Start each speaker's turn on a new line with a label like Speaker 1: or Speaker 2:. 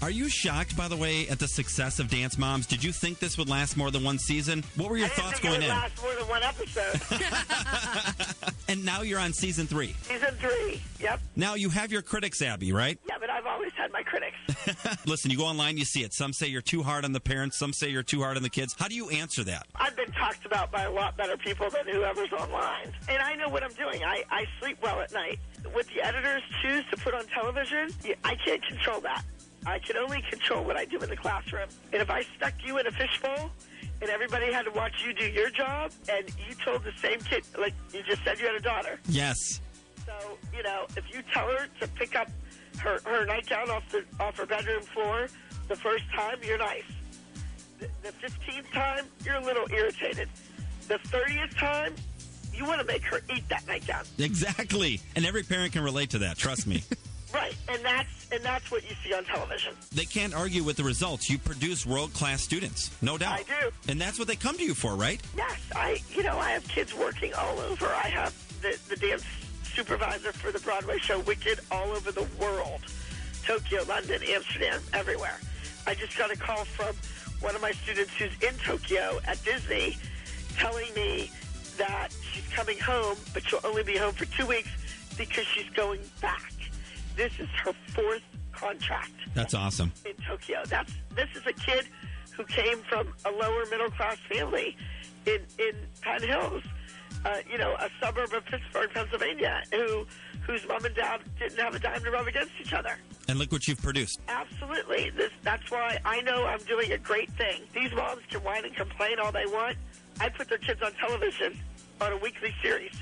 Speaker 1: Are you shocked, by the way, at the success of Dance Moms? Did you think this would last more than one season? What were your
Speaker 2: I didn't
Speaker 1: thoughts
Speaker 2: think
Speaker 1: going
Speaker 2: it would
Speaker 1: in?
Speaker 2: last more than one episode.
Speaker 1: And now you're on season three.
Speaker 2: Season three. Yep.
Speaker 1: Now you have your critics, Abby, right?
Speaker 2: Yeah, but I've always had my critics.
Speaker 1: Listen, you go online, you see it. Some say you're too hard on the parents, some say you're too hard on the kids. How do you answer that?
Speaker 2: I've been talked about by a lot better people than whoever's online. And I know what I'm doing. I, I sleep well at night. What the editors choose to put on television, y- I can't control that. I can only control what I do in the classroom. And if I stuck you in a fishbowl and everybody had to watch you do your job and you told the same kid, like you just said you had a daughter.
Speaker 1: Yes.
Speaker 2: So, you know, if you tell her to pick up her, her nightgown off, the, off her bedroom floor the first time, you're nice. The, the 15th time, you're a little irritated. The 30th time, you want to make her eat that nightgown.
Speaker 1: Exactly. And every parent can relate to that, trust me.
Speaker 2: Right, and that's and that's what you see on television.
Speaker 1: they can't argue with the results. You produce world class students, no doubt.
Speaker 2: I do.
Speaker 1: And that's what they come to you for, right?
Speaker 2: Yes, I you know I have kids working all over. I have the the dance supervisor for the Broadway show Wicked all over the world, Tokyo, London, Amsterdam, everywhere. I just got a call from one of my students who's in Tokyo at Disney, telling me that she's coming home, but she'll only be home for two weeks because she's going back. This is her fourth contract
Speaker 1: That's awesome.
Speaker 2: in Tokyo. That's this is a kid who came from a lower middle class family in in Penn Hills, uh, you know, a suburb of Pittsburgh, Pennsylvania, who whose mom and dad didn't have a dime to rub against each other.
Speaker 1: And look what you've produced.
Speaker 2: Absolutely, this, that's why I know I'm doing a great thing. These moms can whine and complain all they want. I put their kids on television on a weekly series.